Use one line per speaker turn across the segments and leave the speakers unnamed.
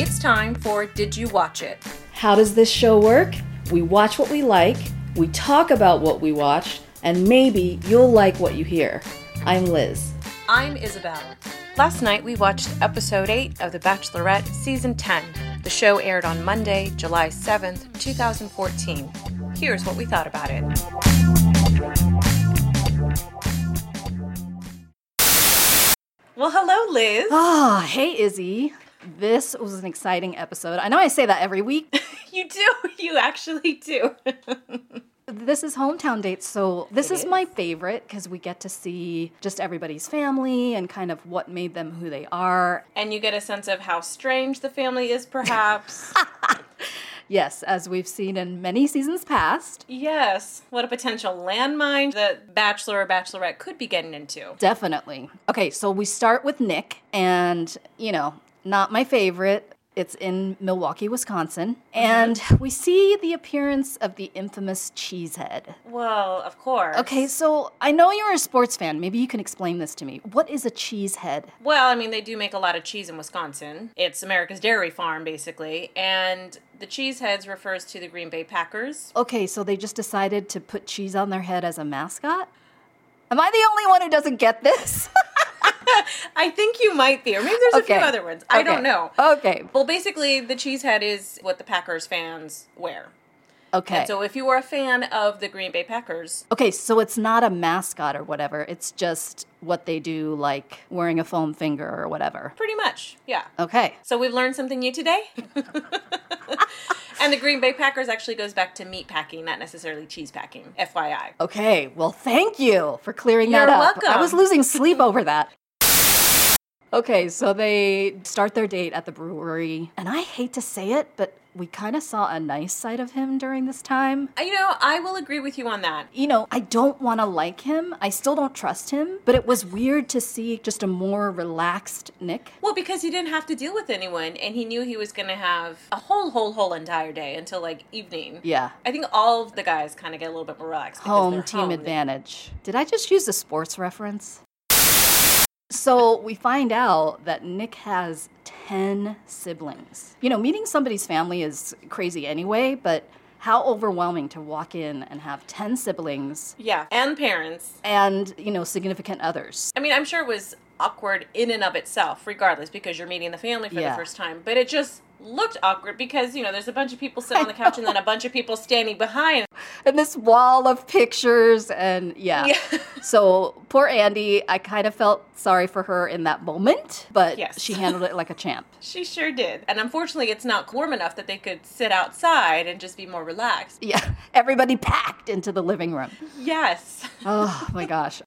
It's time for Did You Watch It?
How does this show work? We watch what we like, we talk about what we watched, and maybe you'll like what you hear. I'm Liz.
I'm Isabel. Last night we watched episode 8 of The Bachelorette season 10. The show aired on Monday, July 7th, 2014. Here's what we thought about it. Well, hello, Liz.
Ah, hey Izzy. This was an exciting episode. I know I say that every week.
You do. You actually do.
this is hometown dates, so this is my favorite because we get to see just everybody's family and kind of what made them who they are.
and you get a sense of how strange the family is, perhaps.
Yes, as we've seen in many seasons past.
yes. What a potential landmine that Bachelor or Bachelorette could be getting into.
Definitely. Okay, so we start with Nick, and you know, not my favorite. It's in Milwaukee, Wisconsin. And we see the appearance of the infamous Cheesehead.
Well, of course.
Okay, so I know you're a sports fan. Maybe you can explain this to me. What is a cheesehead?
Well, I mean, they do make a lot of cheese in Wisconsin. It's America's dairy farm, basically. And the Cheeseheads refers to the Green Bay Packers.
Okay, so they just decided to put cheese on their head as a mascot? Am I the only one who doesn't get this?
I think you might be, or maybe there's a
Okay.
few other ones. I
Okay. Oh.
don't know.
Okay.
Well, basically, the Cheesehead is what the Packers fans wear.
Okay.
So if you were a fan of the Green Bay Packers,
okay, so it's not a mascot or whatever. It's just what they do, like wearing a foam finger or whatever.
pretty much, yeah.
Okay.
So we've learned something new today. and the Green Bay Packers actually goes back to meat packing, not necessarily cheese packing, FYI.
Okay, well, thank you for clearing that
You're
up. I was
welcome.
losing sleep over that. Okay, so they start their date at the brewery, and I hate to say it, but we kind of saw a nice side of him during this time.
You know, I will agree with you on that.
You know, I don't want to like him. I still don't trust him, but it was weird to see just a more relaxed Nick.
Well, because he didn't have to deal with anyone and he knew he was going to have a whole, whole, whole entire day until like evening.
Yeah.
I think all of the guys kind of get a little bit more relaxed. because
Home
they're
team
home.
advantage. Did I just use a sports reference? So we find out that Nick has 10 siblings. You know, meeting somebody's family is crazy anyway, but how overwhelming to walk in and have 10 siblings
Yeah. And parents.
and, you know, significant others.
I mean, I'm sure it was awkward in and of itself, regardless, because you're meeting the family for
Yeah.
the first time. But it just looked awkward because, you know, there's a bunch of people sitting on the couch and then a bunch of people standing behind.
and this wall of pictures and yeah.
Yeah.
So poor Andy, I kind of felt sorry for her in that moment, but
Yes.
she handled it like a champ.
She sure did. And unfortunately, it's not warm enough that they could sit outside and just be more relaxed.
Yeah. Everybody packed into the living room.
Yes.
Oh my gosh.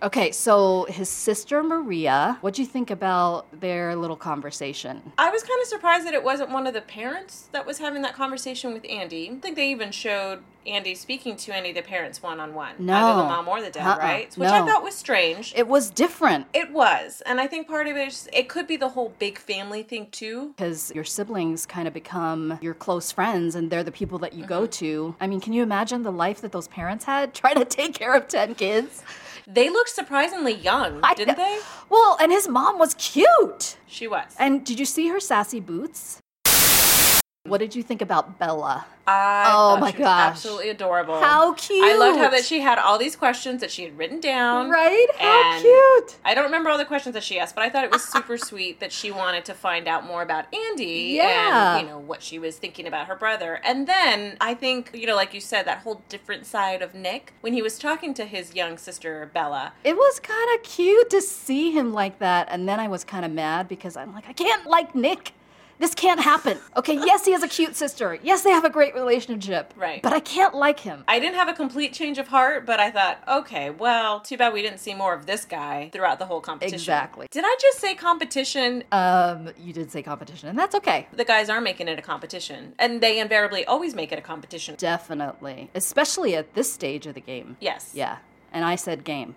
Okay, so his sister Maria, what'd you think about their little conversation?
I was kind of surprised that it wasn't one of the parents that was having that conversation with Andy. I don't think they even showed Andy speaking to any of the parents one on one, either
No.
the mom or the dad,
Uh-uh.
right? Which
No.
I thought was strange. It,
It was different
was, and I think part of it is it could be the whole big family thing too.
because your siblings kind of become your close friends and they're the people that you go
Mm-hmm.
to. I mean, can you imagine the life that those parents had trying to take care of 10 kids?
They looked surprisingly young,
I
didn't
know.
they?
Well, and his mom was cute.
She was.
And did you see her sassy boots? What did you think about Bella?
I
Oh
thought
my
she was
gosh.
absolutely adorable.
How
I loved how
cute.
that she had all these questions that she had written down.
Right? How
Um, And
cute.
I don't remember all the questions that she asked, but I thought it was super sweet that she wanted to find out more about Andy
Yeah.
and you know what she was thinking about her brother. And then I think you know, like you said, that whole different side of Nick when he was talking to his young sister Bella.
It was kind of cute to see him like that. And then I was kind of mad because I'm like, I can't like Nick. This can't happen. Okay, yes, he has a cute sister. Yes, they have a great relationship.
Right.
But I can't like him.
I didn't have a complete change of heart, but I thought, okay, well, too bad we didn't see more of this guy throughout the whole competition.
Exactly.
Did I just say competition?
Um, you did say competition, and that's okay.
the guys are making it a competition, and they invariably always make it a competition.
Definitely. Especially at this stage of the game.
Yes.
Yeah. And I said game.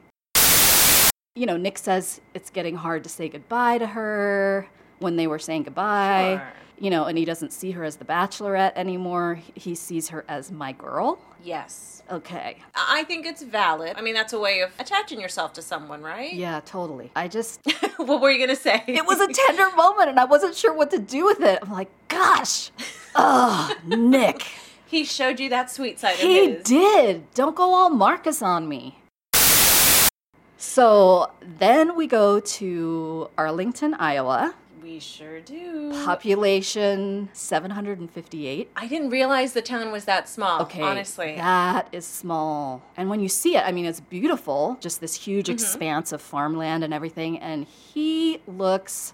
You know, Nick says it's getting hard to say goodbye to her. when they were saying goodbye.
Sure.
You know, and he doesn't see her as the bachelorette anymore. He sees her as my girl.
Yes.
Okay.
I think it's valid. I mean, that's a way of attaching yourself to someone, right?
Yeah, totally. I just,
what were you going to say?
it was a tender moment and I wasn't sure what to do with it. I'm like, gosh, oh, Nick.
he showed you that sweet side
He
of his.
did. Don't go all Marcus on me. So then we go to Arlington, Iowa.
We sure do.
Mm. Population 758.
I didn't realize the town was that small.
Okay.
Honestly.
That is small. And when you see it, I mean, it's beautiful, just this huge expanse of farmland and everything. And he looks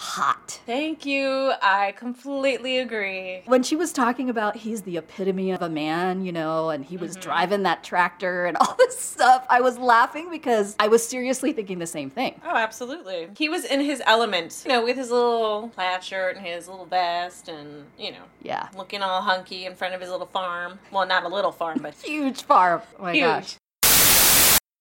hot.
Thank you. I completely agree.
When she was talking about he's the epitome of a man, you know, and he was driving that tractor and all this stuff, I was laughing because I was seriously thinking the same thing.
Oh, absolutely. He was in his element, you know, with his little plaid shirt and his little vest and, you know,
Yeah.
looking all hunky in front of his little farm. Well, not a little farm, but
Huge farm. Oh my
huge.
gosh.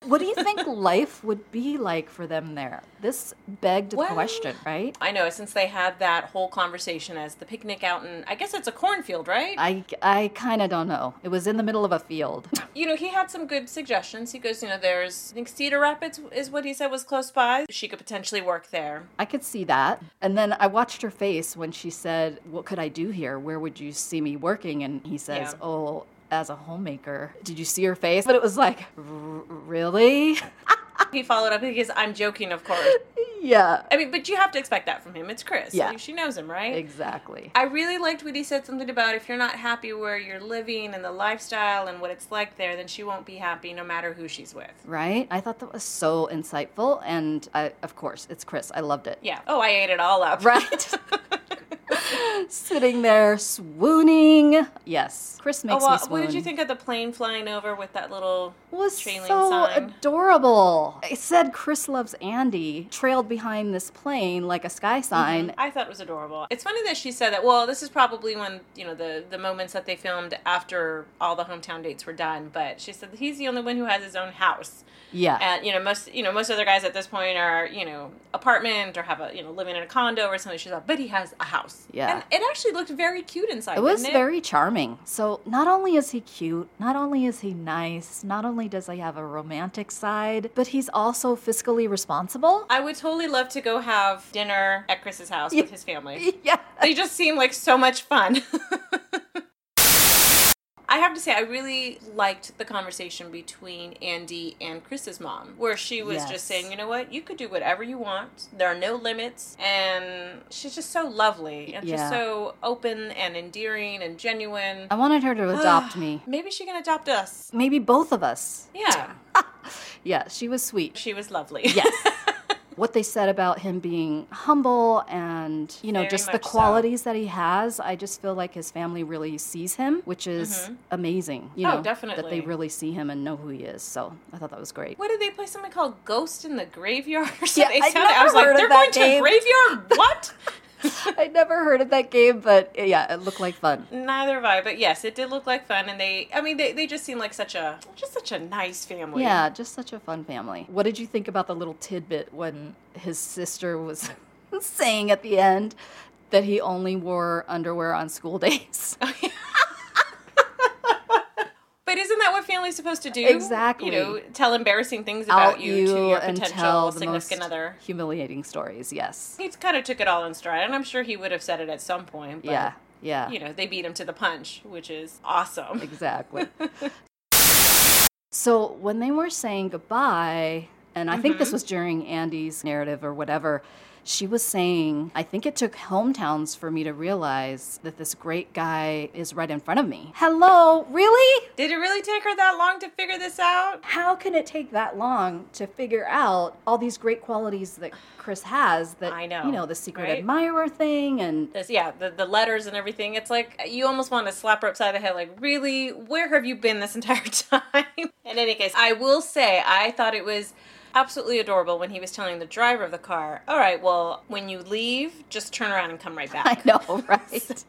What do you think life would be like for them there? This begged
Well-
the question, right?
I know, since they had that whole conversation as the picnic out in, I guess it's a cornfield, right?
I, I kind of don't know. It was in the middle of a field.
you know, he had some good suggestions. He goes, you know, there's, I think Cedar Rapids is what he said was close by. She could potentially work there.
I could see that. And then I watched her face when she said, What could I do here? Where would you see me working? And he says,
Yeah.
Oh, as a homemaker. Did you see her face? But it was like, "R- Really?
He followed up, he goes, I'm joking, of course.
yeah,
I mean, but you have to expect that from him. It's Chris.
Yeah.
She knows him, right?
exactly.
I really liked what he said something about if you're not happy where you're living and the lifestyle and what it's like there, then she won't be happy no matter who she's with.
Right? I thought that was so insightful. And I, of course, it's Chris. I loved it.
Yeah. Oh, I ate it all up.
Right? Sitting there swooning. Yes. Chris
Oh,
makes
well,
me swoon.
what did you think of the plane flying over with that little
was
trailing
so
sign?
adorable. It said Chris loves Andy, trailed behind this plane like a sky sign.
I thought it was adorable. It's funny that she said that. Well, this is probably when you know the the moments that they filmed after all the hometown dates were done. But she said that he's the only one who has his own house,
Yeah.
and you know most you know most other guys at this point are you know apartment or have a you know living in a condo or something. She's like, but he has a house.
Yeah.
and it actually looked very cute inside.
it was
didn't
very charming. So, not only is he cute, not only is he nice, not only does he have a romantic side, but he's also fiscally responsible.
I would totally love to go have dinner at Chris's house with his family.
yeah.
they just seem like so much fun. I have to say, I really liked the conversation between Andy and Chris's mom, where she was
Yes.
just saying, you know what, you could do whatever you want. There are no limits. And she's just so lovely and
Yeah.
just so open and endearing and genuine.
I wanted her to adopt me.
Maybe she can adopt us.
Maybe both of us.
Yeah.
Yeah, she was sweet.
she was lovely.
Yes. what they said about him being humble and you know
Very
just the
much so.
qualities that he has i just feel like his family really sees him which is amazing you
Oh,
know that they
definitely.
really see him and know who he is so i thought that was great
what did they play something called Ghost in the Graveyard or something?
Yeah, I'd
It sounded- I
never
was like,
heard of
they're going
that
to a
game."
graveyard? What?
i never heard of that game but uh, yeah it looked like fun
Neither have I, but yes, it did look like fun, and they—I mean, they, they just seem like such a just such a nice family.
yeah just such a fun family what did you think about the little tidbit when his sister was saying at the end that he only wore underwear on school days
But isn't that what family's supposed to do?
Exactly.
You know, tell embarrassing things about
Out
you, to your
and
potential
tell the
significant
most
other.
humiliating stories yes
He kind of took it all in stride, and I'm sure he would have said it at some point. But,
yeah, yeah,
You know, they beat him to the punch, which is awesome.
exactly. so when they were saying goodbye, and I think
Mm-hmm.
this was during Andy's narrative or whatever, she was saying, I think it took hometowns for me to realize that this great guy is right in front of me. Hello, really?
Did it really take her that long to figure this out?
How can it take that long to figure out all these great qualities that Chris has that
I know,
you know, the secret
right?
admirer thing and
This, yeah, the, the letters and everything. It's like you almost want to slap her upside the head, like, really? Where have you been this entire time? In any case, I will say, I thought it was absolutely adorable when he was telling the driver of the car, all right, well, when you leave, just turn around and come right
I
back.
know, right?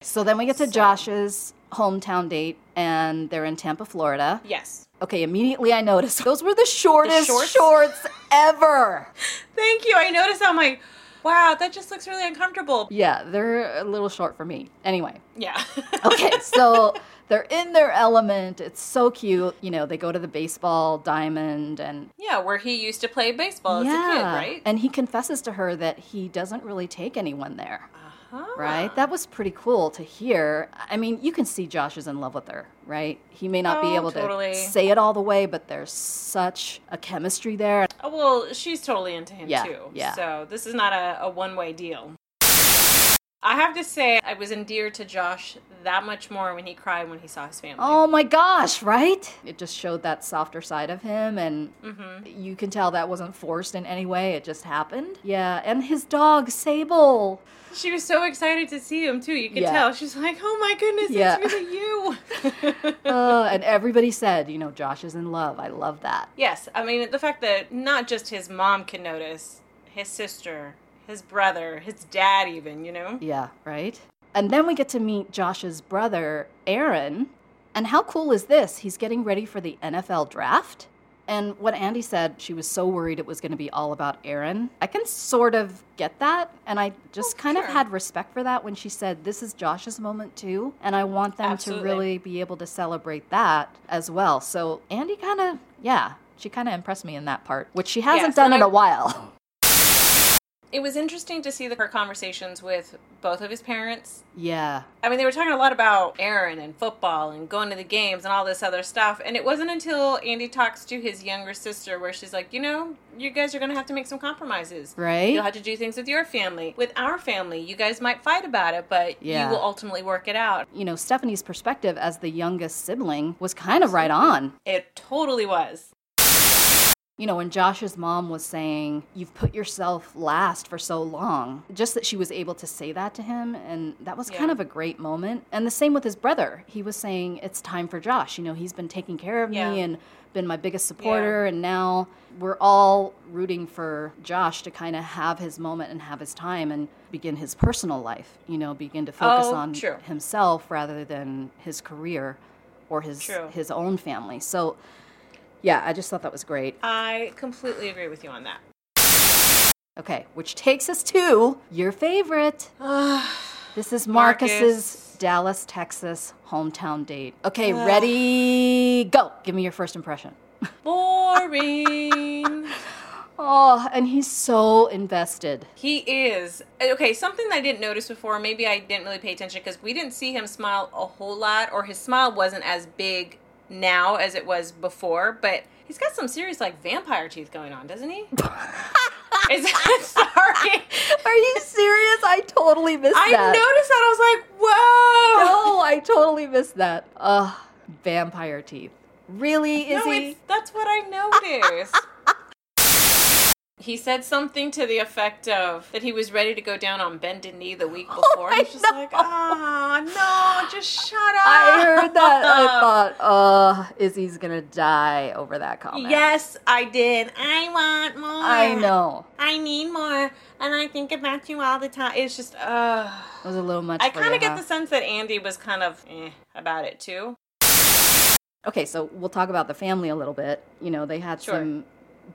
so then we get to Josh's hometown date, and they're in Tampa, Florida.
yes.
Okay, immediately I noticed those were the shortest
shorts?
shorts ever.
Thank you. I noticed that. I'm like, wow, that just looks really uncomfortable.
Yeah, they're a little short for me. Anyway,
Yeah.
okay, so they're in their element. It's so cute. You know, they go to the baseball diamond and
yeah, where he used to play baseball as a kid, right?
And he confesses to her that he doesn't really take anyone there.
uh-huh.
Right? That was pretty cool to hear. I mean, you can see Josh is in love with her, right? He may not be
Oh,
able
totally.
to say it all the way, but there's such a chemistry there.
Oh, well, she's totally into him
Yeah,
too.
yeah.
So this is not a, a one way deal. I have to say, I was endeared to Josh that much more when he cried when he saw his family.
Oh my gosh, right? It just showed that softer side of him, and
Mm-hmm.
you can tell that wasn't forced in any way. It just happened. Yeah, and his dog, Sable.
She was so excited to see him too. You could
Yeah.
tell. She's like, "Oh my goodness,
Yeah.
it's really you."
Uh, and everybody said, you know, Josh is in love. I love that.
yes, I mean the fact that not just his mom can notice, his sister, his brother, his dad, even you know.
Yeah, right? And then we get to meet Josh's brother, Aaron. And how cool is this? He's getting ready for the NFL draft. And what Andy said, she was so worried it was going to be all about Aaron. I can sort of get that. And I just
Oh,
kind of
sure.
had respect for that when she said, This is Josh's moment too. And I want them
Absolutely.
to really be able to celebrate that as well. So Andy kind of, yeah, she kind of impressed me in that part, which she hasn't
Yes,
done
and
in
I-
a while.
It was interesting to see the, her conversations with both of his parents
yeah.
I mean, they were talking a lot about Aaron and football and going to the games and all this other stuff. And it wasn't until Andy talks to his younger sister where she's like, you know, you guys are going to have to make some compromises.
Right?
You'll have to do things with your family. With our family, you guys might fight about it, but
Yeah.
you will ultimately work it out.
you know, Stephanie's perspective as the youngest sibling was kind of right on.
It totally was.
You know, when Josh's mom was saying, You've put yourself last for so long, just that she was able to say that to him. And that was kind
Yeah.
of a great moment. And the same with his brother. He was saying, It's time for Josh. You know, he's been taking care of
Yeah.
me and been my biggest supporter. And now we're all rooting for Josh to kind of have his moment and have his time and begin his personal life, you know, begin to focus
Oh,
on
true.
himself rather than his career or his
True.
his own family. So yeah, I just thought that was great.
I completely agree with you on that.
Okay, which takes us to your favorite. This is
Marcus.
Marcus's Dallas, Texas hometown date. Okay, ready? Go. Give me your first impression.
Boring.
Oh, and he's so invested.
He is. Okay, something that I didn't notice before, maybe I didn't really pay attention because we didn't see him smile a whole lot, or his smile wasn't as big now as it was before, but he's got some serious, like, vampire teeth going on, doesn't he? is that, sorry.
Are you serious? I totally missed
I
that.
noticed that. I was like, whoa.
No, I totally missed that. Ugh, vampire teeth. Really,
No,
Izzy?
it's- that's what I noticed. He said something to the effect of that he was ready to go down on bended knee the week before.
I
I was just like, oh no, just shut up.
I heard that. I thought, uh, Izzy's gonna die over that comment.
Yes, I did. I want more.
I know.
I need more, and I think about you all the time. It's just, uh,
It was a little much.
I
for
kind
you,
of get
huh?
the sense that Andy was kind of eh, about it too.
Okay, so we'll talk about the family a little bit. You know, they had
Sure.
some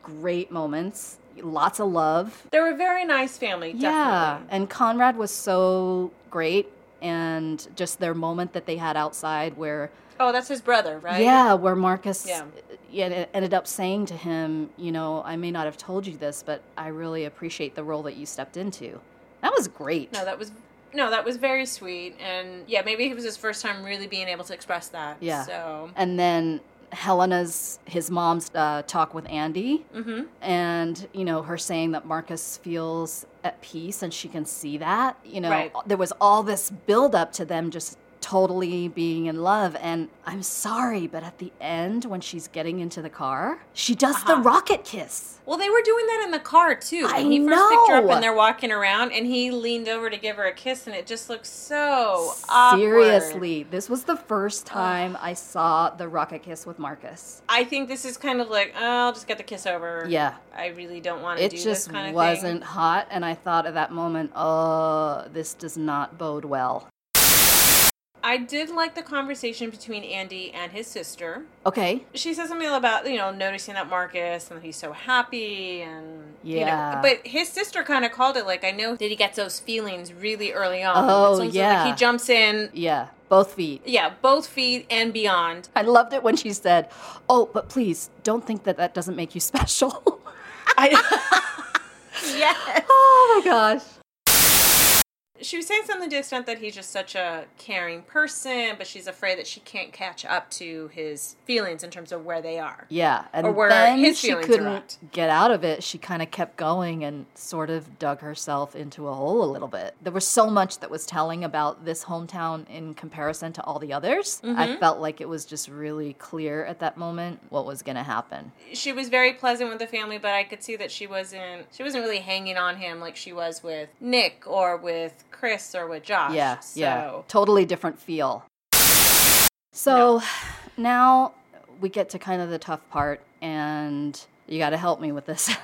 great moments, lots of love.
They're a very nice family, definitely.
Yeah, and Conrad was so great, and just their moment that they had outside where,
Oh, that's his brother, right?
yeah, where Marcus
Yeah.
yeah, ended up saying to him, you know, I may not have told you this, but I really appreciate the role that you stepped into. That was great.
No, that was no, that was very sweet, and yeah, maybe it was his first time really being able to express that.
Yeah.
So.
and then Helena's his mom's uh, talk with Andy,
Mm-hmm.
and you know her saying that Marcus feels at peace and she can see that. You know,
Right.
there was all this build up to them just totally being in love. And I'm sorry, but at the end when she's getting into the car, she does the
Uh-huh.
rocket kiss.
Well, they were doing that in the car too.
I
When he first picked her up
know.
and they're walking around, and he leaned over to give her a kiss, and it just looked so Oh, awkward.
Seriously, this was the first time I saw the rocket kiss with Marcus.
I think this is kind of like, oh, I'll just get the kiss over.
Yeah.
I really don't want to
it
do
just
this kind of
wasn't hot and i thought at that moment oh this does not bode well
thing. I did like the conversation between Andy and his sister.
Okay.
She says something about, you know, noticing that Marcus and that he's so happy and you know,
Yeah.
but his sister kind of called it like I know that he gets those feelings really early on.
Oh,
It's almost
yeah.
Like he jumps in
Yeah. Both feet.
yeah, both feet and beyond.
I loved it when she said, "Oh, but please don't think that that doesn't make you special."
Yes.
oh my gosh.
She was saying something to the extent that he's just such a caring person, but she's afraid that she can't catch up to his feelings in terms of where they are.
Yeah, and
Or where
then
his
she
feelings are at.
couldn't get out of it. She kind of kept going and sort of dug herself into a hole a little bit. There was so much that was telling about this hometown in comparison to all the others. I
Mm-hmm.
felt like it was just really clear at that moment what was going to happen.
she was very pleasant with the family, but I could see that she wasn't she wasn't really hanging on him like she was with Nick or with Chris or with Josh.
Yeah,
so.
yeah, totally different feel. So now we get to kind of the tough part, and you got to help me with this,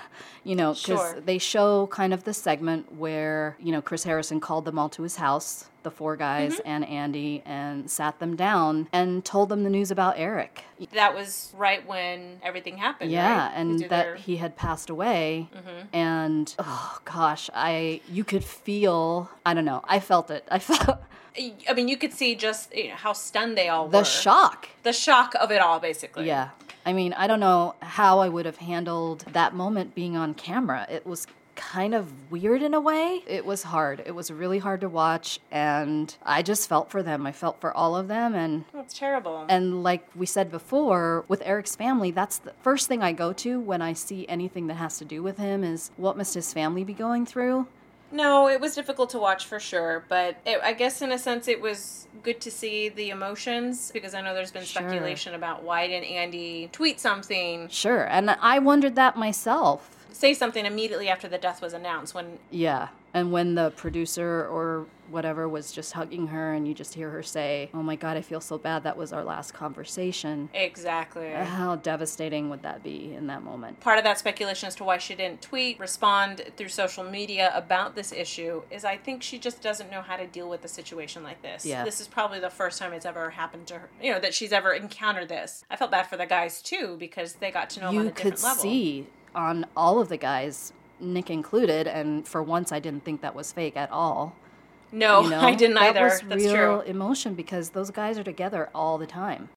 you know, because
Sure.
they show kind of the segment where you know Chris Harrison called them all to his house, the four guys
Mm-hmm.
and Andy, and sat them down and told them the news about Eric.
That was right when everything happened.
Yeah,
right? It
and
was
that
either-
he had passed away.
Mm-hmm.
And oh gosh, I you could feel I don't know. I felt it. I felt
I mean, you could see just you know, how stunned they all
the
were.
shock.
the shock of it all, basically.
Yeah. I mean, I don't know how I would have handled that moment being on camera. It was kind of weird in a way. It was hard. It was really hard to watch and I just felt for them. I felt for all of them and
that's terrible.
and like we said before, with Eric's family, that's the first thing I go to when I see anything that has to do with him is what must his family be going through?
no, it was difficult to watch for sure, but it, I guess in a sense it was good to see the emotions because I know there's been
Sure.
speculation about why didn't Andy tweet something,
Sure. And I wondered that myself.
say something immediately after the death was announced when
Yeah. And when the producer or whatever was just hugging her, and you just hear her say, Oh my God, I feel so bad. That was our last conversation.
Exactly.
How devastating would that be in that moment?
Part of that speculation as to why she didn't tweet, respond through social media about this issue is I think she just doesn't know how to deal with a situation like this.
Yeah.
This is probably the first time it's ever happened to her, you know, that she's ever encountered this. I felt bad for the guys too because they got to know him on
You
a
could
different level.
see on all of the guys, Nick included, and for once I didn't think that was fake at all.
No,
you know?
I didn't
that
either.
Was
That's
real
true.
emotion because those guys are together all the time.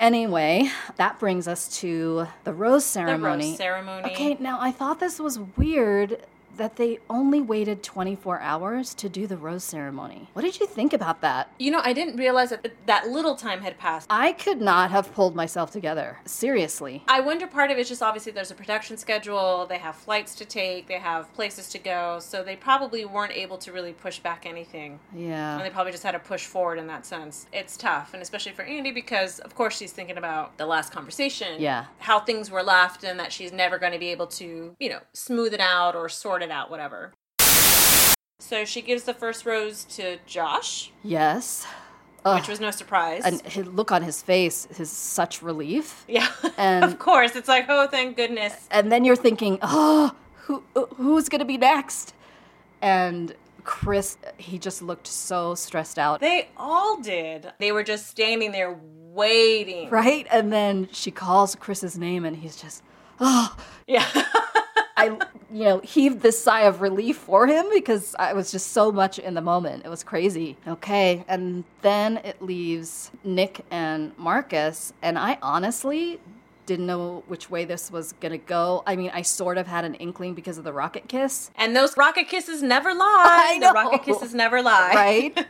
Anyway, that brings us to the rose
The
ceremony.
rose ceremony.
Okay, now I thought this was weird that they only waited 24 hours to do the rose ceremony. What did you think about that?
You know, I didn't realize that that little time had passed.
I could not have pulled myself together. Seriously.
I wonder part of it's just obviously there's a production schedule, they have flights to take, they have places to go, so they probably weren't able to really push back anything. And
Yeah.
they probably just had to push forward in that sense. It's tough, and especially for Andy because, of course, she's thinking about the last conversation.
Yeah.
How things were left, and that she's never going to be able to, you know, smooth it out or sort it out, whatever. So she gives the first rose to Josh,
Yes. Ugh.
which was no surprise.
and his look on his face is such relief.
yeah.
and-
of course, it's like, oh, thank goodness.
And then you're thinking, "Oh, who who's going to be next?" And Chris, he just looked so stressed out.
They all did. They were just standing there waiting.
Right? And then she calls Chris's name and he's just, "Oh,
Yeah.
I, you know, heaved this sigh of relief for him because I was just so much in the moment. It was crazy. Okay. And then it leaves Nick and Marcus. And I honestly didn't know which way this was going to go. I mean, I sort of had an inkling because of the rocket kiss.
and those rocket kisses never lie.
I know.
The rocket kisses never lie.
Right?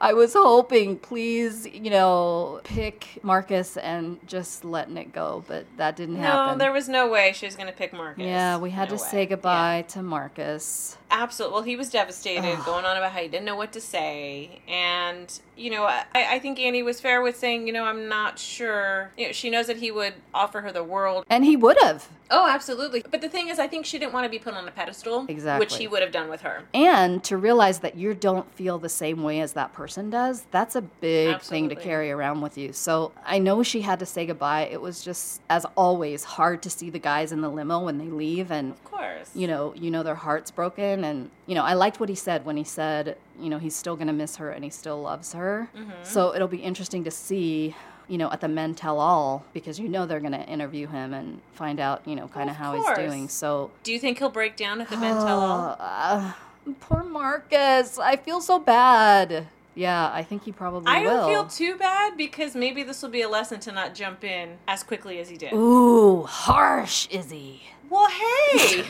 I was hoping, please, you know, pick Marcus and just let Nick go, but that didn't
No,
happen.
there was no way she was going to pick Marcus.
yeah, we had
No
to
way.
say
Yeah.
goodbye to Marcus.
Absolutely. Well, he was devastated, going on about how he didn't know what to say. And, you know, I, I think Annie was fair with saying, you know, I'm not sure. You know, she knows that he would offer her the world.
And he would have.
Oh, absolutely. But the thing is, I think she didn't want to be put on a pedestal, which
Exactly.
he would have done with her.
And to realize that you don't feel the same way as that person does, that's a big thing to
Absolutely.
carry around with you. So I know she had to say goodbye. It was just, as always, hard to see the guys in the limo when they leave and
Of course.
you know, you know their heart's broken, and you know I liked what he said when he said, you know, he's still gonna miss her and he still loves her.
Mm-hmm.
So it'll be interesting to see, you know, at the men tell all because you know they're gonna interview him and find out, you know, kind of
Of
how
course.
he's doing. So
Do you think he'll break down at the men tell all?
uh, poor Marcus, I feel so bad. Yeah, I think he probably
I
will.
don't feel too bad because maybe this will be a lesson to not jump in as quickly as he did.
Ooh, harsh, Izzy.
Well, hey.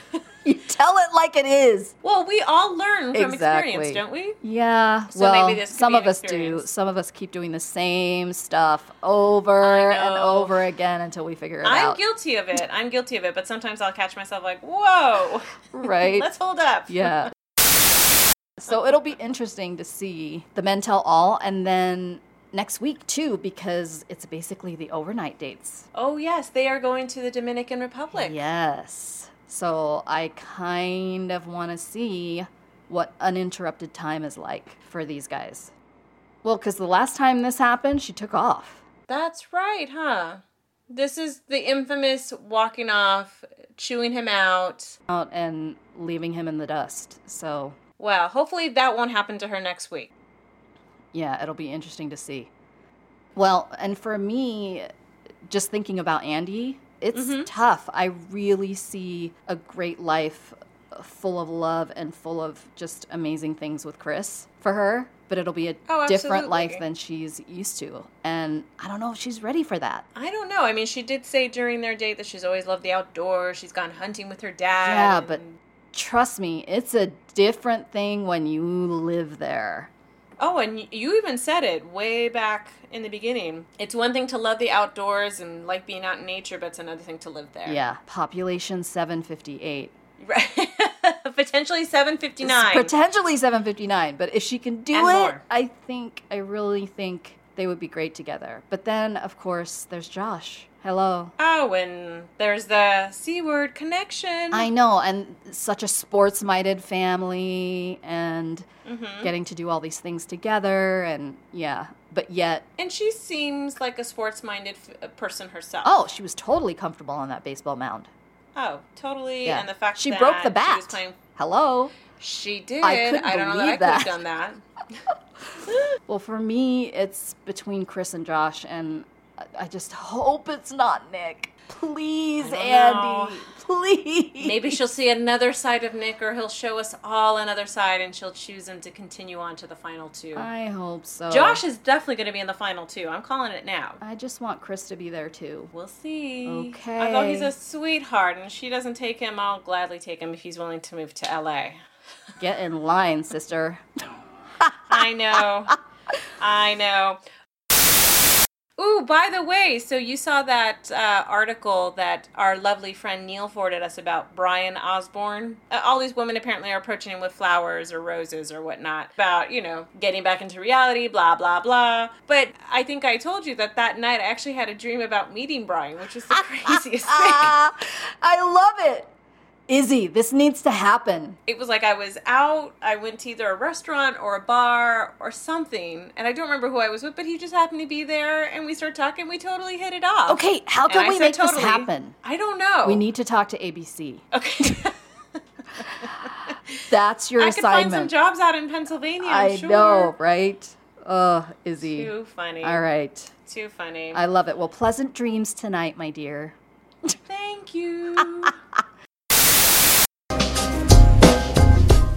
You tell it like it is.
well, we all learn from
Exactly.
experience, don't we?
Yeah.
So
well,
maybe this could
some
be
of
an
us do.
experience.
Some of us keep doing the same stuff over
I
and
know.
over again until we figure it
I'm
out.
guilty of it. I'm guilty of it, but sometimes I'll catch myself like, "Whoa,
Right?
let's hold up."
yeah. so it'll be interesting to see the men tell all, and then next week too, because it's basically the overnight dates.
Oh yes, they are going to the Dominican Republic.
Yes. So I kind of want to see what uninterrupted time is like for these guys. Well, because the last time this happened, she took off.
That's right, huh? This is the infamous walking off, chewing him out.
out and leaving him in the dust. So,
Well, hopefully that won't happen to her next week.
yeah, it'll be interesting to see. Well, and for me, just thinking about Andy, it's
Mm-hmm.
tough. I really see a great life full of love and full of just amazing things with Chris for her, but it'll be a
Oh,
different life
absolutely.
than she's used to. And I don't know if she's ready for that.
I don't know. I mean, she did say during their date that she's always loved the outdoors. She's gone hunting with her dad.
Yeah,
and-
but trust me, it's a different thing when you live there.
Oh, and y- you even said it way back in the beginning. It's one thing to love the outdoors and like being out in nature, but it's another thing to live there.
Yeah, population 758.
Right. Potentially 759.
potentially 759 but if she can do
And
it
more.
i think i really think they would be great together but then of course there's josh hello
oh, and there's the C word connection.
i know and such a sports minded family and
Mhm.
getting to do all these things together and yeah but yet
And she seems like a sports minded f- uh, person herself.
oh she was totally comfortable on that baseball mound
Oh, totally.
yeah
And the fact
she
that
broke the bat
She, was playing,
hello
she did.
I couldn't
I don't know
believe
that, I
that.
could have done that.
Well, for me, it's between Chris and Josh, and I- I just hope it's not Nick. Please,
I don't
Andy. Please.
Maybe she'll see another side of Nick, or he'll show us all another side, and she'll choose him to continue on to the final two.
I hope so.
Josh is definitely going to be in the final two. I'm calling it now.
I just want Chris to be there too.
We'll see.
Okay.
Although he's a sweetheart, and if she doesn't take him, I'll gladly take him if he's willing to move to LA.
Get in line, sister.
I know. I know. Ooh, by the way, so you saw that uh, article that our lovely friend Neil forwarded us about Brian Osborne. Uh, all these women apparently are approaching him with flowers or roses or whatnot about, you know, getting back into reality, blah, blah, blah. But I think I told you that that night I actually had a dream about meeting Brian, which is the craziest thing.
Ah, I love it. Izzy, this needs to happen.
it was like I was out. I went to either a restaurant or a bar or something, and I don't remember who I was with, but he just happened to be there, and we started talking. We totally hit it off.
Okay, how
And
can
I
we
said
make this
totally.
happen?
I don't know.
We need to talk to ABC.
Okay.
That's your
I could find
assignment.
some jobs out in Pennsylvania. I'm
I
sure.
know, right? Oh, Izzy.
Too funny.
All right.
Too funny.
I love it. Well, pleasant dreams tonight, my dear.
Thank you.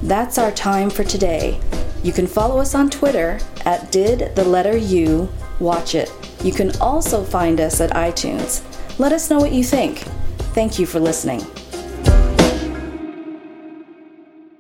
That's our time for today. You can follow us on Twitter at did the letter U watch it. You can also find us at iTunes. Let us know what you think. Thank you for listening.